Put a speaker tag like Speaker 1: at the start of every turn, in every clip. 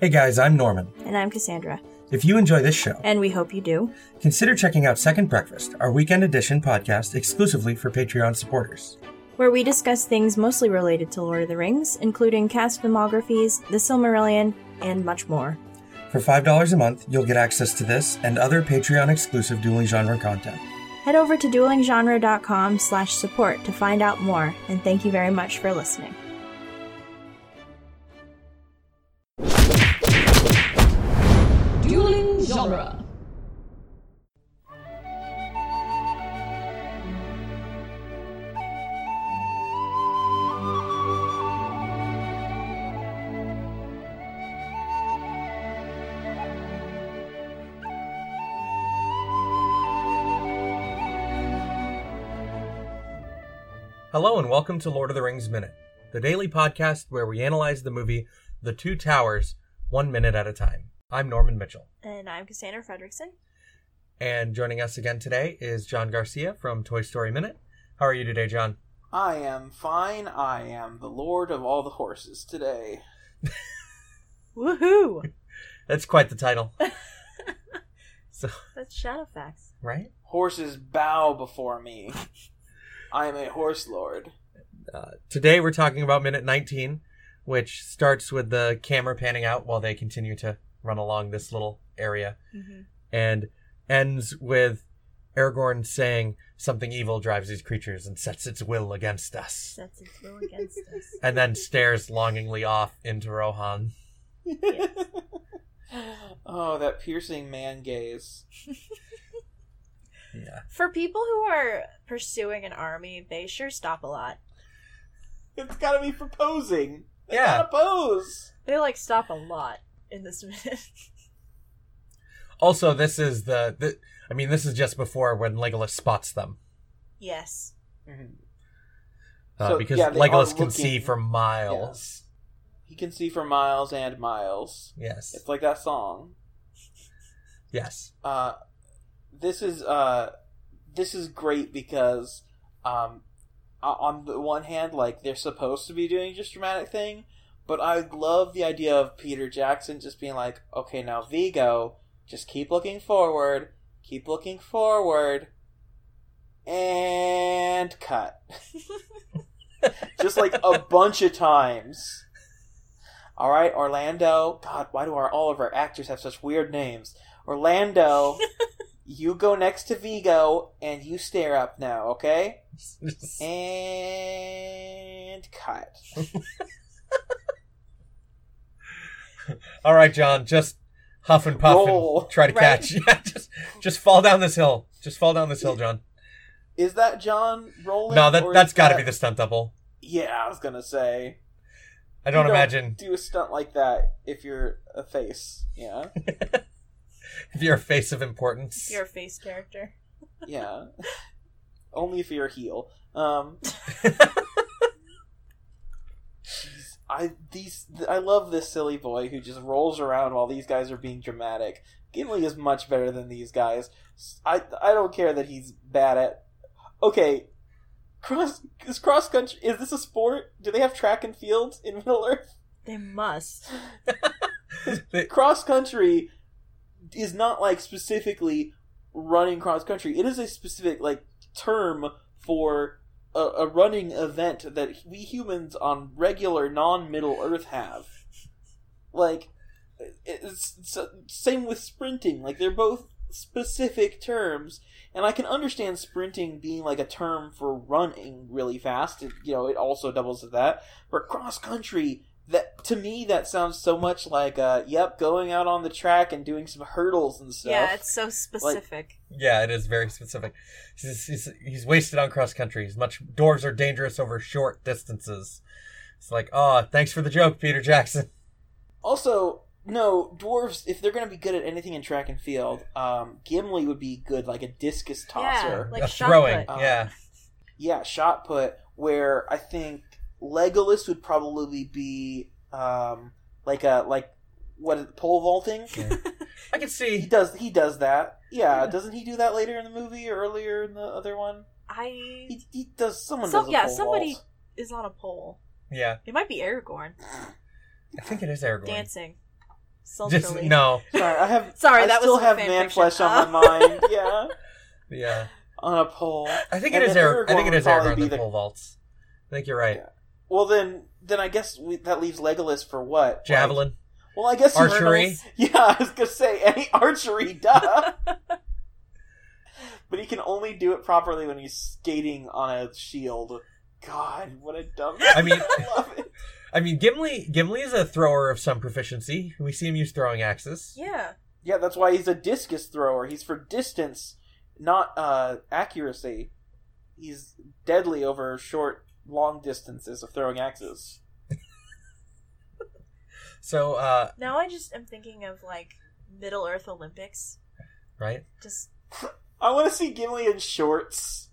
Speaker 1: Hey guys, I'm Norman.
Speaker 2: And I'm Cassandra,
Speaker 1: If you enjoy this show,
Speaker 2: and we hope you do.
Speaker 1: consider checking out Second Breakfast, our weekend edition podcast exclusively for Patreon supporters.
Speaker 2: where we discuss things mostly related to Lord of the Rings, including cast filmographies, The Silmarillion, and much more.
Speaker 1: For $5 a month, you'll get access to this and other Patreon exclusive dueling genre content.
Speaker 2: Head over to duelinggenre.com slash support to find out more, and thank you very much for listening.
Speaker 3: Dueling genre.
Speaker 1: Hello and welcome to Lord of the Rings Minute, the daily podcast where we analyze the movie The Two Towers one minute at a time. I'm Norman Mitchell,
Speaker 2: And I'm Cassandra Fredrickson.
Speaker 1: and joining us again today is John Garcia from Toy Story Minute. How are you today, John?
Speaker 4: I am fine. I am the lord of all the horses today.
Speaker 2: Woohoo!
Speaker 1: That's quite the title. so,
Speaker 2: That's Shadowfax.
Speaker 1: right?
Speaker 4: Horses bow before me. I am a horse lord.
Speaker 1: Uh, today we're talking about minute 19, which starts with the camera panning out while they continue to run along this little area and ends with Aragorn saying, Something evil drives these creatures and sets its will against us.
Speaker 2: Sets its will against us.
Speaker 1: And then stares longingly off into Rohan.
Speaker 4: oh, that piercing man gaze.
Speaker 1: Yeah.
Speaker 2: For people who are pursuing an army, they sure stop a lot.
Speaker 4: It's gotta be proposing. They
Speaker 1: Yeah.
Speaker 4: gotta pose.
Speaker 2: They like stop a lot in this minute.
Speaker 1: Also, this is the, the. I mean, this is just before when Legolas spots them.
Speaker 2: yes.
Speaker 4: Mhm.
Speaker 1: Uh,
Speaker 4: So,
Speaker 1: because
Speaker 4: yeah, they are
Speaker 1: Legolas can see
Speaker 4: looking-
Speaker 1: for miles.
Speaker 4: He can see for miles and miles.
Speaker 1: Yes.
Speaker 4: It's like that song.
Speaker 1: Yes.
Speaker 4: Uh, this is uh, this is great because um, o- on the one hand, like they're supposed to be doing just dramatic thing, but I love the idea of Peter Jackson just being like, okay, now Vigo, just keep looking forward, keep looking forward, and cut, just like a bunch of times. All right, Orlando. God, why do our all of our actors have such weird names? Orlando, you go next to Vigo and you stare up now, okay? And cut.
Speaker 1: All right, John, just huff and puff
Speaker 4: Roll.
Speaker 1: and try to
Speaker 2: Right.
Speaker 1: catch. Yeah, just just fall down this hill. Just fall down this hill, John.
Speaker 4: Is that John Roland?
Speaker 1: No, that
Speaker 4: or is
Speaker 1: that's got to be the stunt double.
Speaker 4: Yeah, I was gonna say.
Speaker 1: I don't
Speaker 4: You don't
Speaker 1: imagine
Speaker 4: Do a stunt like that if you're a face. Yeah,
Speaker 1: if you're a face of importance.
Speaker 2: You're a face character.
Speaker 4: yeah. Only if you're a heel. Um, jeez, I these I love this silly boy who just rolls around while these guys are being dramatic. Gimli is much better than these guys. I I don't care that he's bad at. Okay, cross is cross country. Is this a sport? Do they have track and field in Middle Earth?
Speaker 2: They must.
Speaker 1: They-
Speaker 4: Cross country is not like specifically running cross country. It is a specific like term for a, a running event that we humans on regular non Middle Earth have. Like, it's, it's- uh, same with sprinting. Like they're both specific terms, and I can understand sprinting being like a term for running really fast. It, you know, it also doubles as that. But cross country, that to me that sounds so much like, uh, yep, going out on the track and doing some hurdles and stuff.
Speaker 2: yeah, it's so specific.
Speaker 1: yeah, it is very specific. He's, he's, he's wasted on cross country. He's much dwarves are dangerous over short distances. It's like, oh, thanks for the joke, Peter Jackson.
Speaker 4: Also, no, dwarves, if they're going to be good at anything in track and field, um, Gimli would be good, like a discus tosser.
Speaker 2: Yeah, like
Speaker 1: Uh,
Speaker 2: shot
Speaker 1: throwing.
Speaker 2: put.
Speaker 4: Uh,
Speaker 1: yeah,
Speaker 4: Yeah, shot put, where I think Legolas would probably be um, like a, like, what, pole vaulting?
Speaker 1: I can
Speaker 4: He
Speaker 1: see.
Speaker 4: does he does that. Yeah, doesn't he do that later in the movie or earlier in the other one?
Speaker 2: I
Speaker 4: He, he does, someone
Speaker 2: So-
Speaker 4: does a
Speaker 2: yeah,
Speaker 4: pole
Speaker 2: somebody-
Speaker 4: vault.
Speaker 2: is on a pole.
Speaker 1: Yeah,
Speaker 2: It might be Aragorn
Speaker 1: I think it is Aragorn.
Speaker 2: dancing. sultrily.
Speaker 1: Just no.
Speaker 4: Sorry, I have.
Speaker 2: Sorry,
Speaker 4: I
Speaker 2: that
Speaker 4: still
Speaker 2: was
Speaker 4: have
Speaker 2: fan
Speaker 4: man
Speaker 2: fiction. Um, Uh.
Speaker 4: flesh on my mind. Yeah,
Speaker 1: Yeah.
Speaker 4: on a pole.
Speaker 1: I think
Speaker 4: And
Speaker 1: it is
Speaker 4: then
Speaker 1: Arag- I
Speaker 4: Aragorn
Speaker 1: think it
Speaker 4: would
Speaker 1: is
Speaker 4: probably
Speaker 1: Aragorn
Speaker 4: be
Speaker 1: that
Speaker 4: the-
Speaker 1: pole vaults. I think you're right.
Speaker 4: Yeah. Well, then, then I guess we, that leaves Legolas for what? Like-
Speaker 1: Javelin,
Speaker 4: well, I guess he-
Speaker 1: archery.
Speaker 4: Yeah, I was gonna say any archery, duh. but he can only do it properly when he's skating on a shield. God, what a dumb.
Speaker 1: I mean-
Speaker 4: love it.
Speaker 1: I mean, Gimli. Gimli is a thrower of some proficiency. We see him use throwing axes.
Speaker 2: Yeah.
Speaker 4: Yeah, that's why he's a discus thrower. He's for distance, not uh, accuracy. He's deadly over short, long distances of throwing axes.
Speaker 1: So, uh,
Speaker 2: Now I just am thinking of like Middle Earth Olympics.
Speaker 1: right?
Speaker 2: Just
Speaker 4: I want to see Gimli in shorts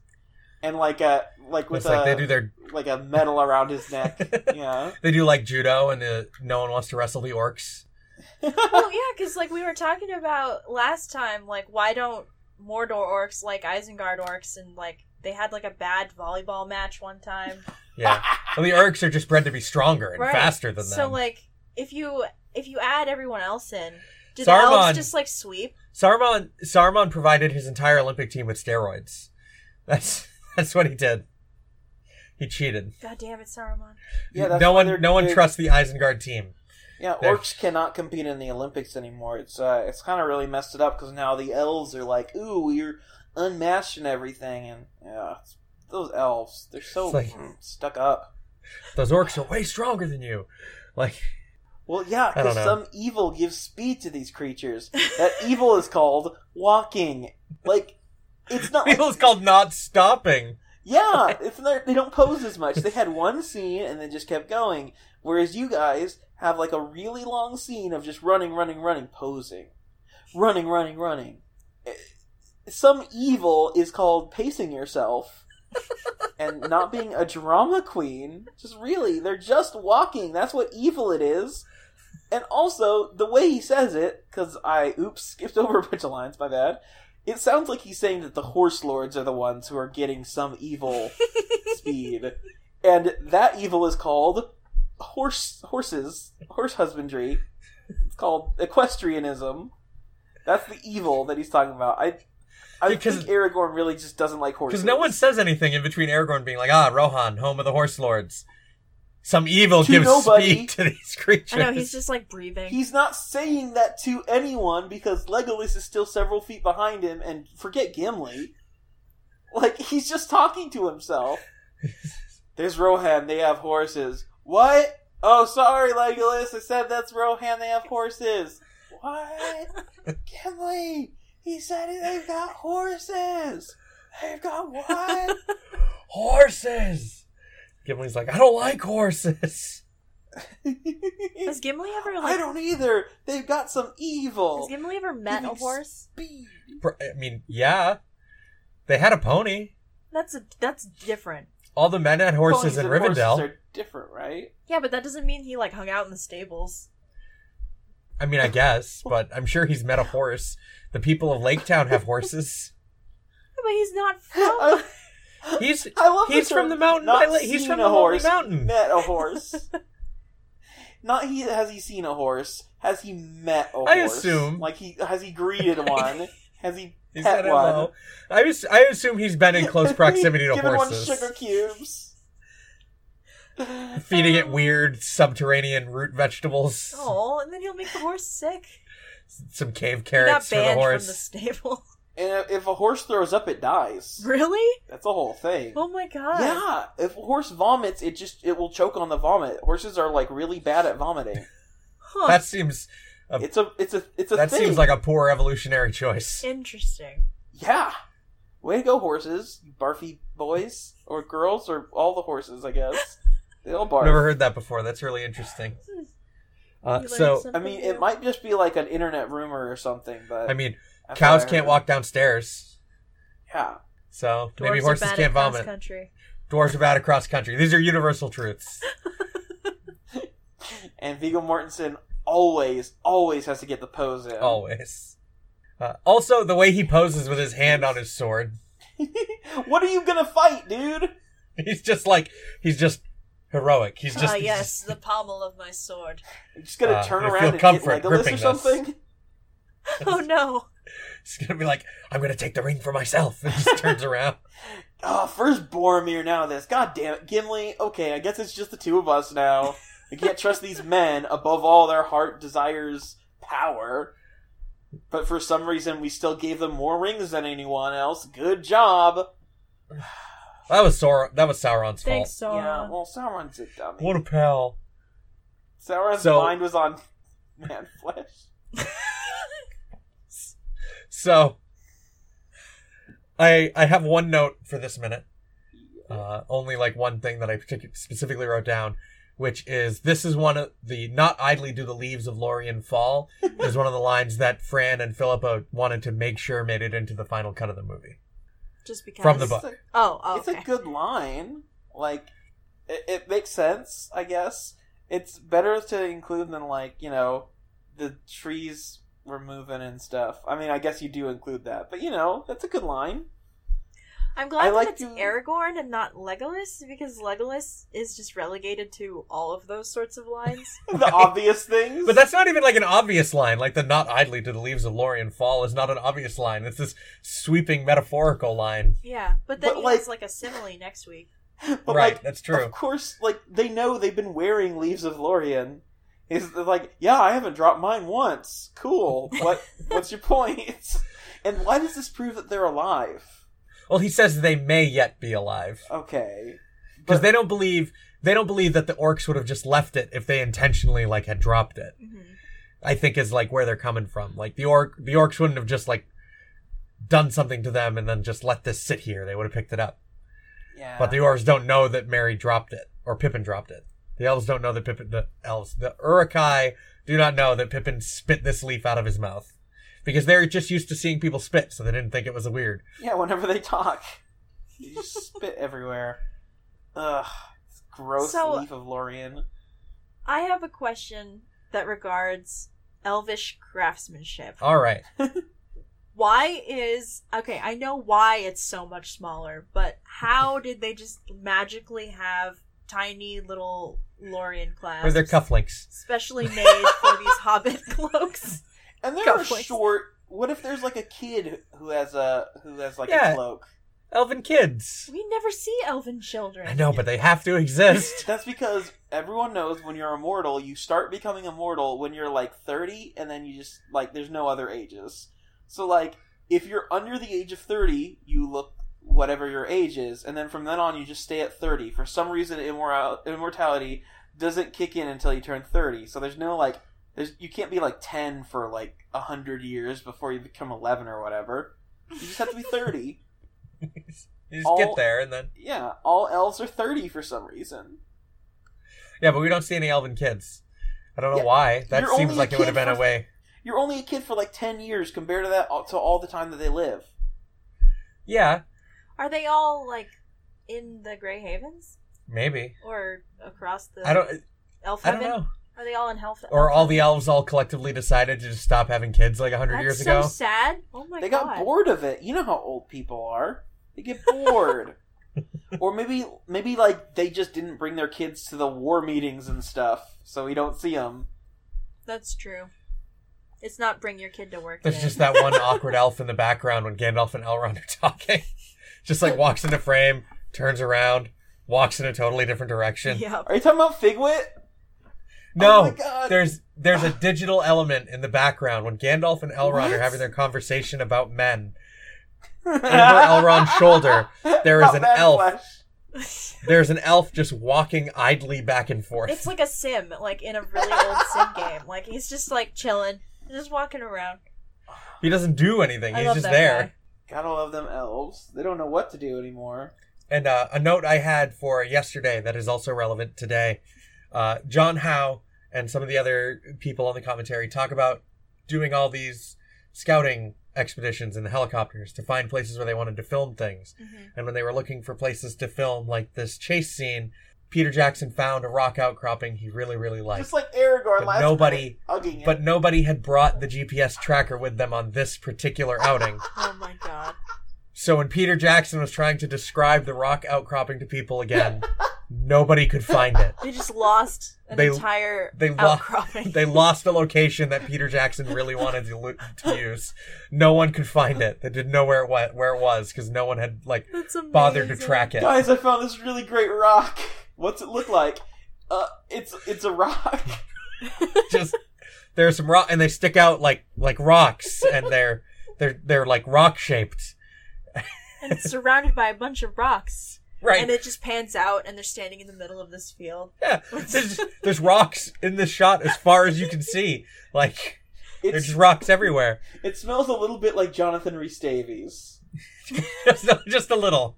Speaker 4: and like a like with uh,
Speaker 1: It's
Speaker 4: a
Speaker 1: like they do their
Speaker 4: like a medal around his neck. yeah.
Speaker 1: they do like judo, and the, no one wants to wrestle the orcs.
Speaker 2: well, yeah, because like we were talking about last time, like why don't Mordor orcs like Isengard orcs, and like they had like a bad volleyball match one time.
Speaker 1: Yeah, well, the orcs are just bred to be stronger and
Speaker 2: Right.
Speaker 1: faster than them.
Speaker 2: So like if you if you add everyone else in, do the
Speaker 1: Saruman.
Speaker 2: elves just like sweep?
Speaker 1: Saruman Saruman provided his entire Olympic team with steroids. That's that's what he did. He cheated.
Speaker 2: God damn it, Saruman!
Speaker 4: Yeah, that's
Speaker 1: no
Speaker 4: why they're-
Speaker 1: one no one
Speaker 4: they're-
Speaker 1: trusts the Isengard team.
Speaker 4: Yeah,
Speaker 1: They're-
Speaker 4: orcs cannot compete in the Olympics anymore. It's uh, it's kind of really messed it up because now the elves are like, "Ooh, you're unmatched and everything," and yeah, it's- those elves they're so
Speaker 1: It's like-
Speaker 4: mm, stuck up.
Speaker 1: Those orcs are way stronger than you. Like
Speaker 4: Well, yeah,
Speaker 1: I don't
Speaker 4: because
Speaker 1: know.
Speaker 4: some evil gives speed to these creatures. That evil is called walking. Like, it's not. Like,
Speaker 1: people's called not stopping.
Speaker 4: yeah, it's not. They don't pose as much. They had one scene and then just kept going. Whereas you guys have like a really long scene of just running, running, running, posing, running, running, running. Eh, Some evil is called pacing yourself and not being a drama queen. Just really, they're just walking. That's what evil it is. And also the way he says it, because I oops skipped over a bunch of lines. My bad. It sounds like he's saying that the horse lords are the ones who are getting some evil speed, and that evil is called horse horses horse husbandry. It's called equestrianism. That's the evil that he's talking about. I I
Speaker 1: Because-
Speaker 4: think Aragorn really just doesn't like horses.
Speaker 1: Because no one says anything in between Aragorn being like, ah, Rohan, home of the horse lords. Some evil
Speaker 4: To
Speaker 1: gives
Speaker 4: nobody.
Speaker 1: speed to these creatures.
Speaker 2: I know he's just like breathing.
Speaker 4: He's not saying that to anyone because Legolas is still several feet behind him, and forget Gimli. Like, he's just talking to himself. There's Rohan, they have horses. What? Oh, sorry, Legolas, I said that's Rohan, they have horses. What? Gimli, he said they've got horses. They've got what?
Speaker 1: horses. Gimli's like, I don't like horses.
Speaker 2: Has Gimli ever
Speaker 4: I
Speaker 2: like?
Speaker 4: don't either. They've got some
Speaker 2: Has
Speaker 4: evil.
Speaker 2: Gimli ever met a
Speaker 4: Giving
Speaker 2: horse?
Speaker 4: Speed.
Speaker 1: Br- I mean, yeah, they had a pony.
Speaker 2: That's a that's different.
Speaker 1: All the men had horses
Speaker 4: Ponies
Speaker 1: in
Speaker 4: and
Speaker 1: Rivendell.
Speaker 4: Horses are different, right?
Speaker 2: Yeah, but that doesn't mean he like hung out in the stables.
Speaker 1: I mean, I guess, but I'm sure he's met a horse. The people of Lake Town have horses.
Speaker 2: But he's not from.
Speaker 4: I,
Speaker 1: He's
Speaker 4: I love
Speaker 1: He's
Speaker 4: term,
Speaker 1: from the mountain.
Speaker 4: Not
Speaker 1: I li- he's
Speaker 4: seen
Speaker 1: from
Speaker 4: a
Speaker 1: the Lonely
Speaker 4: horse.
Speaker 1: Mountain.
Speaker 4: Met a horse. not he. Has he seen a horse? Has he met a horse?
Speaker 1: I assume.
Speaker 4: Like he has he greeted one? has he
Speaker 1: he said
Speaker 4: pet one?
Speaker 1: hello. I was. I assume he's been in close proximity to
Speaker 4: Given
Speaker 1: horses,
Speaker 4: one sugar cubes.
Speaker 1: feeding it weird subterranean root vegetables,
Speaker 2: Oh, and then he'll make the horse sick.
Speaker 1: some cave
Speaker 2: He got
Speaker 1: carrots for the
Speaker 2: banned
Speaker 1: horse.
Speaker 2: from the stable.
Speaker 4: And if a horse throws up, it dies.
Speaker 2: really?
Speaker 4: That's a whole thing.
Speaker 2: Oh my god.
Speaker 4: Yeah, if a horse vomits, it just it will choke on the vomit. Horses are like really bad at vomiting.
Speaker 2: Huh.
Speaker 1: That seems A-
Speaker 4: It's a it's a it's a
Speaker 1: that
Speaker 4: thing.
Speaker 1: seems like a poor evolutionary choice.
Speaker 2: interesting.
Speaker 4: yeah. Way to go, horses, you barfy boys or girls or all the horses, I guess. They all barf.
Speaker 1: Never heard that before. That's really interesting.
Speaker 2: Hmm.
Speaker 1: Uh,
Speaker 2: You learned
Speaker 1: so,
Speaker 4: I
Speaker 2: something
Speaker 4: mean,
Speaker 2: new.
Speaker 4: it might just be like an internet rumor or something, but
Speaker 1: I mean,
Speaker 4: that's
Speaker 1: cows
Speaker 4: what I
Speaker 1: can't
Speaker 4: heard.
Speaker 1: walk downstairs,
Speaker 4: Yeah,
Speaker 1: so
Speaker 2: Dwarves
Speaker 1: maybe
Speaker 2: are
Speaker 1: horses
Speaker 2: bad at
Speaker 1: can't
Speaker 2: cross
Speaker 1: vomit.
Speaker 2: Country.
Speaker 1: Dwarves are bad across country. These are universal truths.
Speaker 4: and Viggo Mortensen always always has to get the pose in.
Speaker 1: Oh. Always. Uh, also, the way he poses with his hand on his sword,
Speaker 4: what are you gonna fight, dude?
Speaker 1: he's just like he's just heroic. He's just
Speaker 2: Ah,
Speaker 1: he's
Speaker 2: yes, the pommel of my sword.
Speaker 4: I'm just gonna
Speaker 1: Uh,
Speaker 4: turn
Speaker 1: I feel
Speaker 4: around and hit
Speaker 1: comfort
Speaker 4: Legolas
Speaker 1: gripping
Speaker 4: or
Speaker 1: this.
Speaker 4: something.
Speaker 2: Oh no!
Speaker 1: just, he's gonna be like, I'm gonna take the ring for myself, and just turns around.
Speaker 4: Oh, first Boromir, now this. God damn it, Gimli. Okay, I guess it's just the two of us now. We can't trust these men. Above all, their heart desires power. But for some reason, we still gave them more rings than anyone else. Good job.
Speaker 1: That was Sor- That was Sauron's
Speaker 2: Thanks,
Speaker 1: fault.
Speaker 4: Yeah,
Speaker 2: Sauron.
Speaker 4: well, Sauron's a dummy.
Speaker 1: What a pal.
Speaker 4: Sauron's
Speaker 1: So-
Speaker 4: mind was on man flesh.
Speaker 1: So, I I have one note for this minute. uh, only like one thing that I partic- specifically wrote down, which is this is one of the not idly do the leaves of Lorien fall is one of the lines that Fran and Philippa wanted to make sure made it into the final cut of the movie.
Speaker 2: Just because
Speaker 1: From the
Speaker 4: It's
Speaker 1: book.
Speaker 4: a-
Speaker 2: Oh, oh
Speaker 4: It's
Speaker 2: okay.
Speaker 4: a good line. Like, it, it makes sense, I guess. It's better to include than, like, you know, the trees we're moving and stuff. I mean, I guess you do include that, but, you know, that's a good line.
Speaker 2: I'm
Speaker 4: I
Speaker 2: glad
Speaker 4: like
Speaker 2: that it's
Speaker 4: to-
Speaker 2: Aragorn and not Legolas because Legolas is just relegated to all of those sorts of lines.
Speaker 4: The obvious things.
Speaker 1: But that's not even like an obvious line. Like the not idly do the leaves of Lorien fall is not an obvious line. It's this sweeping metaphorical line.
Speaker 2: yeah, but then
Speaker 4: But,
Speaker 2: he
Speaker 4: like-
Speaker 2: has like a simile next week.
Speaker 4: but,
Speaker 1: right,
Speaker 4: like,
Speaker 1: that's true.
Speaker 4: Of course, like, they know they've been wearing Leaves of Lorien. Is like, yeah, I haven't dropped mine once. Cool. What? what's your point? And why does this prove that they're alive?
Speaker 1: Well, he says they may yet be alive
Speaker 4: Okay.
Speaker 1: because
Speaker 4: But-
Speaker 1: they don't believe they don't believe that the orcs would have just left it if they intentionally like had dropped it.
Speaker 2: Mhm.
Speaker 1: I think is like where they're coming from. Like the orc, the orcs wouldn't have just like done something to them and then just let this sit here. They would have picked it up.
Speaker 4: Yeah.
Speaker 1: But the orcs don't know that Mary dropped it or Pippin dropped it. The elves don't know that Pippin. The elves, the Urukai, do not know that Pippin spit this leaf out of his mouth because they're just used to seeing people spit, so they didn't think it was weird.
Speaker 4: Yeah, whenever they talk, they just spit everywhere. Ugh, this gross
Speaker 2: So-
Speaker 4: leaf of Lorien.
Speaker 2: I have a question that regards elvish craftsmanship.
Speaker 1: All right,
Speaker 2: Why is okay? I know why it's so much smaller, but how did they just magically have tiny little Lorien clasps?
Speaker 1: where are their cufflinks?
Speaker 2: specially made for these hobbit cloaks.
Speaker 4: And there
Speaker 2: Go
Speaker 4: are
Speaker 2: for it.
Speaker 4: short. What if there's like a kid who has a who has like
Speaker 1: Yeah.
Speaker 4: a cloak?
Speaker 1: Elven kids.
Speaker 2: We never see elven children.
Speaker 1: I know, but they have to exist.
Speaker 4: That's because everyone knows when you're immortal, you start becoming immortal when you're like 30, and then you just like there's no other ages. So like if you're under the age of 30, you look whatever your age is, and then from then on you just stay at 30. For some reason, immortal immortality doesn't kick in until you turn 30. So there's no like there's you can't be like 10 for like 100 years before you become 11 or whatever. You just have to be 30.
Speaker 1: You just
Speaker 4: All-
Speaker 1: get there and then.
Speaker 4: yeah, all elves are 30 for some reason.
Speaker 1: Yeah, but we don't see any elven kids. I don't know
Speaker 4: Yeah,
Speaker 1: why. That
Speaker 4: you're
Speaker 1: seems
Speaker 4: only a
Speaker 1: like it would have
Speaker 4: kid
Speaker 1: been a
Speaker 4: for-
Speaker 1: way.
Speaker 4: you're only a kid for like 10 years compared to that uh, to all the time that they live
Speaker 2: Oh
Speaker 1: Yeah,
Speaker 2: Are they all like in the Grey Havens
Speaker 1: maybe.
Speaker 2: or across the
Speaker 1: I don't.
Speaker 2: Elf
Speaker 1: I don't
Speaker 2: Heaven?
Speaker 1: know.
Speaker 2: Are they all in Hell?
Speaker 1: Or all the elves all collectively decided to just stop having kids like hundred
Speaker 2: That's
Speaker 1: years
Speaker 2: so
Speaker 1: ago.
Speaker 2: sad. Oh my
Speaker 4: they
Speaker 2: god.
Speaker 4: got bored of it you know how old people are they get bored or maybe maybe like they just didn't bring their kids to the war meetings and stuff so we don't see them
Speaker 2: That's true. It's not bring your kid to work.
Speaker 1: There's
Speaker 2: day.
Speaker 1: just that one awkward elf in the background when Gandalf and Elrond are talking. just like walks into frame, turns around, walks in a totally different direction.
Speaker 2: Yep.
Speaker 4: are you talking about figwit
Speaker 1: No,
Speaker 4: oh my god
Speaker 1: there's there's a digital element in the background when Gandalf and Elrond are
Speaker 4: What?
Speaker 1: having their conversation about men. Over Elrond's shoulder, there is
Speaker 4: Not
Speaker 1: an
Speaker 4: bad
Speaker 1: elf.
Speaker 4: flesh.
Speaker 2: it's
Speaker 1: There's an elf just walking idly back and forth.
Speaker 2: like a sim, like in a really old sim game. Like he's just like chilling, just walking around.
Speaker 1: He doesn't do anything.
Speaker 2: I
Speaker 1: He's
Speaker 2: love
Speaker 1: just
Speaker 2: that
Speaker 1: there.
Speaker 2: guy.
Speaker 4: gotta love them elves they don't know what to do anymore
Speaker 1: And uh, a note I had for yesterday that is also relevant today. Uh, John Howe and some of the other people on the commentary talk about doing all these scouting expeditions in the helicopters to find places where they wanted to film things.
Speaker 2: Mhm.
Speaker 1: And when they were looking for places to film, like this chase scene, Peter Jackson found a rock outcropping he really, really liked.
Speaker 4: just like aragorn
Speaker 1: But
Speaker 4: last
Speaker 1: nobody-
Speaker 4: night, hugging it.
Speaker 1: But nobody had brought the GPS tracker with them on this particular outing.
Speaker 2: Oh my god.
Speaker 1: So when Peter Jackson was trying to describe the rock outcropping to people again, Nobody could find it.
Speaker 2: They just lost an
Speaker 1: They-
Speaker 2: entire
Speaker 1: they lo-
Speaker 2: outcropping.
Speaker 1: They lost the location that Peter Jackson really wanted to, lo- to use. No one could find it. They didn't know where it wa- where it was because no one had like
Speaker 2: That's amazing.
Speaker 1: bothered to track it.
Speaker 4: Guys, I found this really great rock. What's it look like? Uh, it's it's a rock.
Speaker 1: Just there's some rock, and they stick out like like rocks, and they're they're they're like rock shaped,
Speaker 2: And it's surrounded by a bunch of rocks.
Speaker 1: right?
Speaker 2: And it just pans out, and they're standing in the middle of this field.
Speaker 1: yeah, there's there's rocks in this shot as far as you can see. Like there's
Speaker 4: It's,
Speaker 1: just rocks everywhere.
Speaker 4: it smells a little bit like Jonathan Rhys Davies.
Speaker 1: just, just a little.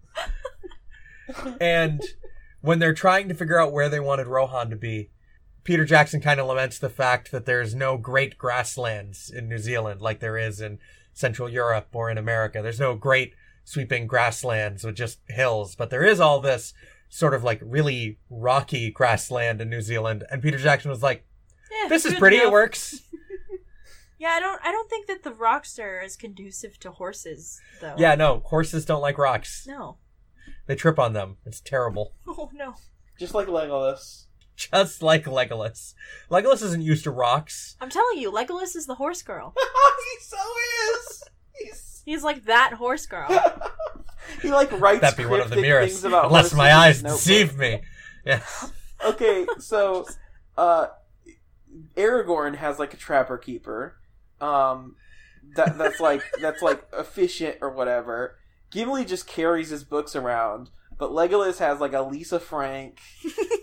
Speaker 1: and when they're trying to figure out where they wanted Rohan to be, Peter Jackson kind of laments the fact that there's no great grasslands in New Zealand like there is in Central Europe or in America. There's no great sweeping grasslands with just hills, but there is all this sort of like really rocky grassland in New Zealand. And Peter Jackson was like,
Speaker 2: Yeah,
Speaker 1: "This is
Speaker 2: good
Speaker 1: pretty.
Speaker 2: enough.
Speaker 1: It works."
Speaker 2: Yeah, I don't. I don't think that the rocks are as conducive to horses, though.
Speaker 1: Yeah, no, horses don't like rocks.
Speaker 2: No.
Speaker 1: They trip on them. It's terrible.
Speaker 2: Oh no.
Speaker 4: Just like Legolas.
Speaker 1: just like Legolas. Legolas isn't used to rocks.
Speaker 2: I'm telling you, Legolas is the horse girl.
Speaker 4: he so is. He's,
Speaker 2: He's like that horse girl.
Speaker 4: he like writes
Speaker 1: That'd be one of the
Speaker 4: cryptic
Speaker 1: mirrors,
Speaker 4: things about
Speaker 1: unless
Speaker 4: horses
Speaker 1: my
Speaker 4: in his
Speaker 1: eyes
Speaker 4: notebook.
Speaker 1: deceive me. Yes,
Speaker 4: Okay, so uh, Aragorn has like a trapper keeper. Um, that that's like that's like efficient or whatever. Gimli just carries his books around, but Legolas has like a Lisa Frank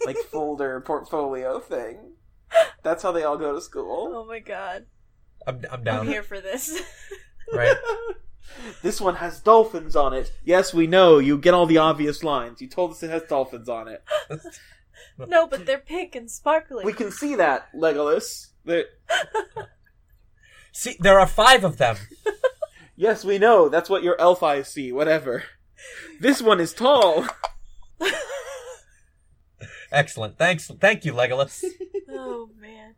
Speaker 4: like folder portfolio thing. That's how they all go to school.
Speaker 2: Oh my god.
Speaker 1: I'm, I'm
Speaker 2: I'm
Speaker 1: down.
Speaker 2: here for this.
Speaker 1: Right?
Speaker 4: this one has dolphins on it. Yes, we know. You get all the obvious lines. You told us it has dolphins on it.
Speaker 2: no, but they're pink and sparkly.
Speaker 4: We can see that, Legolas. There-
Speaker 1: See, there are five of them.
Speaker 4: yes, we know. That's what your elf eyes see. Whatever. This one is tall.
Speaker 1: Excellent. Thanks. Thank you, Legolas.
Speaker 2: oh man.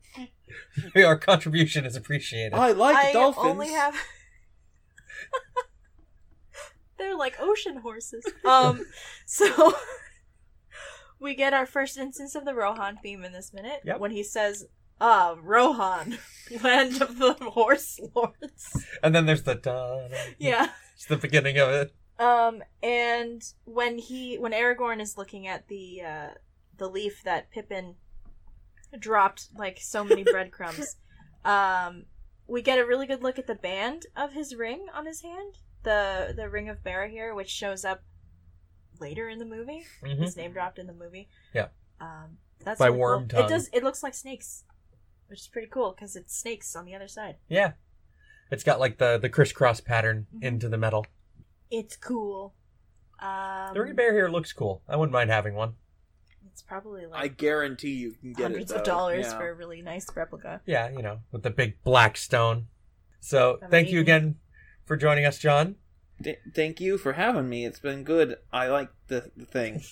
Speaker 1: Your contribution is appreciated.
Speaker 4: I like
Speaker 2: I
Speaker 4: dolphins.
Speaker 2: only have. they're like ocean horses. Um. So. We get our first instance of the Rohan theme in this minute
Speaker 1: Yep.
Speaker 2: when he says, "Ah, Rohan, land of the horse lords."
Speaker 1: And then there's the da.
Speaker 2: Yeah.
Speaker 1: It's the beginning of it.
Speaker 2: Um, and when he when Aragorn is looking at the uh, the leaf that Pippin dropped like so many breadcrumbs, um, we get a really good look at the band of his ring on his hand, the the ring of Barahir, which shows up later in the movie.
Speaker 1: hmm
Speaker 2: His name dropped in the movie.
Speaker 1: Yeah.
Speaker 2: Um, that's
Speaker 1: By
Speaker 2: really cool.
Speaker 1: Wormtongue.
Speaker 2: It does. It looks like snakes, which is pretty cool because it's snakes on the other side.
Speaker 1: Yeah. It's got like the the crisscross pattern
Speaker 2: Mhm.
Speaker 1: into the metal.
Speaker 2: It's cool. Um,
Speaker 1: The ring bear here looks cool. I wouldn't mind having one.
Speaker 2: It's probably like
Speaker 4: I guarantee you can get
Speaker 2: hundreds
Speaker 4: it,
Speaker 2: of
Speaker 4: though.
Speaker 2: dollars
Speaker 4: Yeah.
Speaker 2: for a really nice replica.
Speaker 1: Yeah, you know, with the big black stone. So,
Speaker 2: Amazing.
Speaker 1: thank you again for joining us, John.
Speaker 4: Th- thank you for having me. It's been good. I like the, the thing,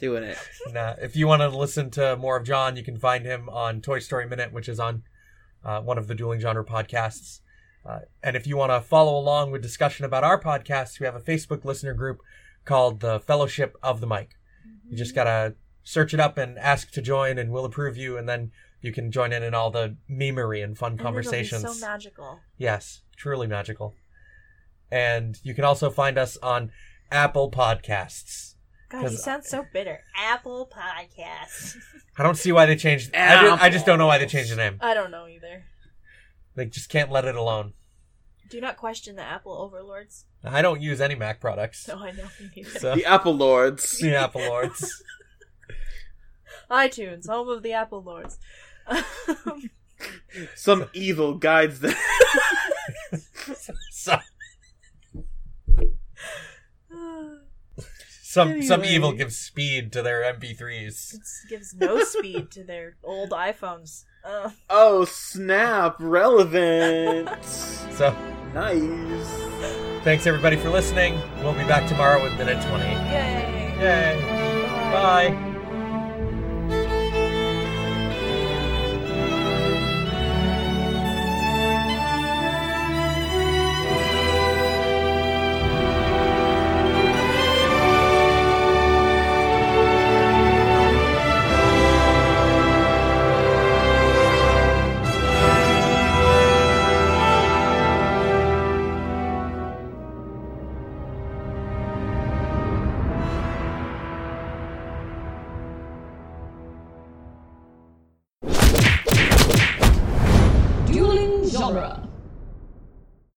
Speaker 4: doing it.
Speaker 1: Nah, if you want to listen to more of John, you can find him on Toy Story Minute, which is on uh, one of the Dueling Genre podcasts. Uh, and if you want to follow along with discussion about our podcasts, we have a Facebook listener group called the Fellowship of the Mic. You just gotta search it up and ask to join, and we'll approve you, and then you can join in in all the memery and fun
Speaker 2: And it'll be
Speaker 1: conversations.
Speaker 2: so magical.
Speaker 1: Yes, truly magical. And you can also find us on Apple Podcasts.
Speaker 2: God, you
Speaker 1: 'Cause
Speaker 2: sound so bitter. Apple Podcasts.
Speaker 1: I don't see why they changed. I, don't- I just don't know why they changed the name.
Speaker 2: I don't know either.
Speaker 1: They just can't let it alone.
Speaker 2: Do not question the Apple overlords.
Speaker 1: I don't use any Mac products.
Speaker 2: No, I know me neither.
Speaker 1: So
Speaker 4: The Apple Lords.
Speaker 1: the Apple Lords.
Speaker 2: iTunes, home of the Apple lords. Um,
Speaker 4: Some evil guides them.
Speaker 1: So, some some
Speaker 4: Anyway.
Speaker 1: evil gives speed to their MP3s.
Speaker 2: it gives no speed to their old iPhones. Uh,
Speaker 4: Oh snap! Relevant.
Speaker 1: So
Speaker 4: nice.
Speaker 1: thanks everybody for listening. We'll be back tomorrow with minute twenty.
Speaker 2: yay!
Speaker 1: Yay!
Speaker 2: Bye.
Speaker 1: Bye.
Speaker 3: genre.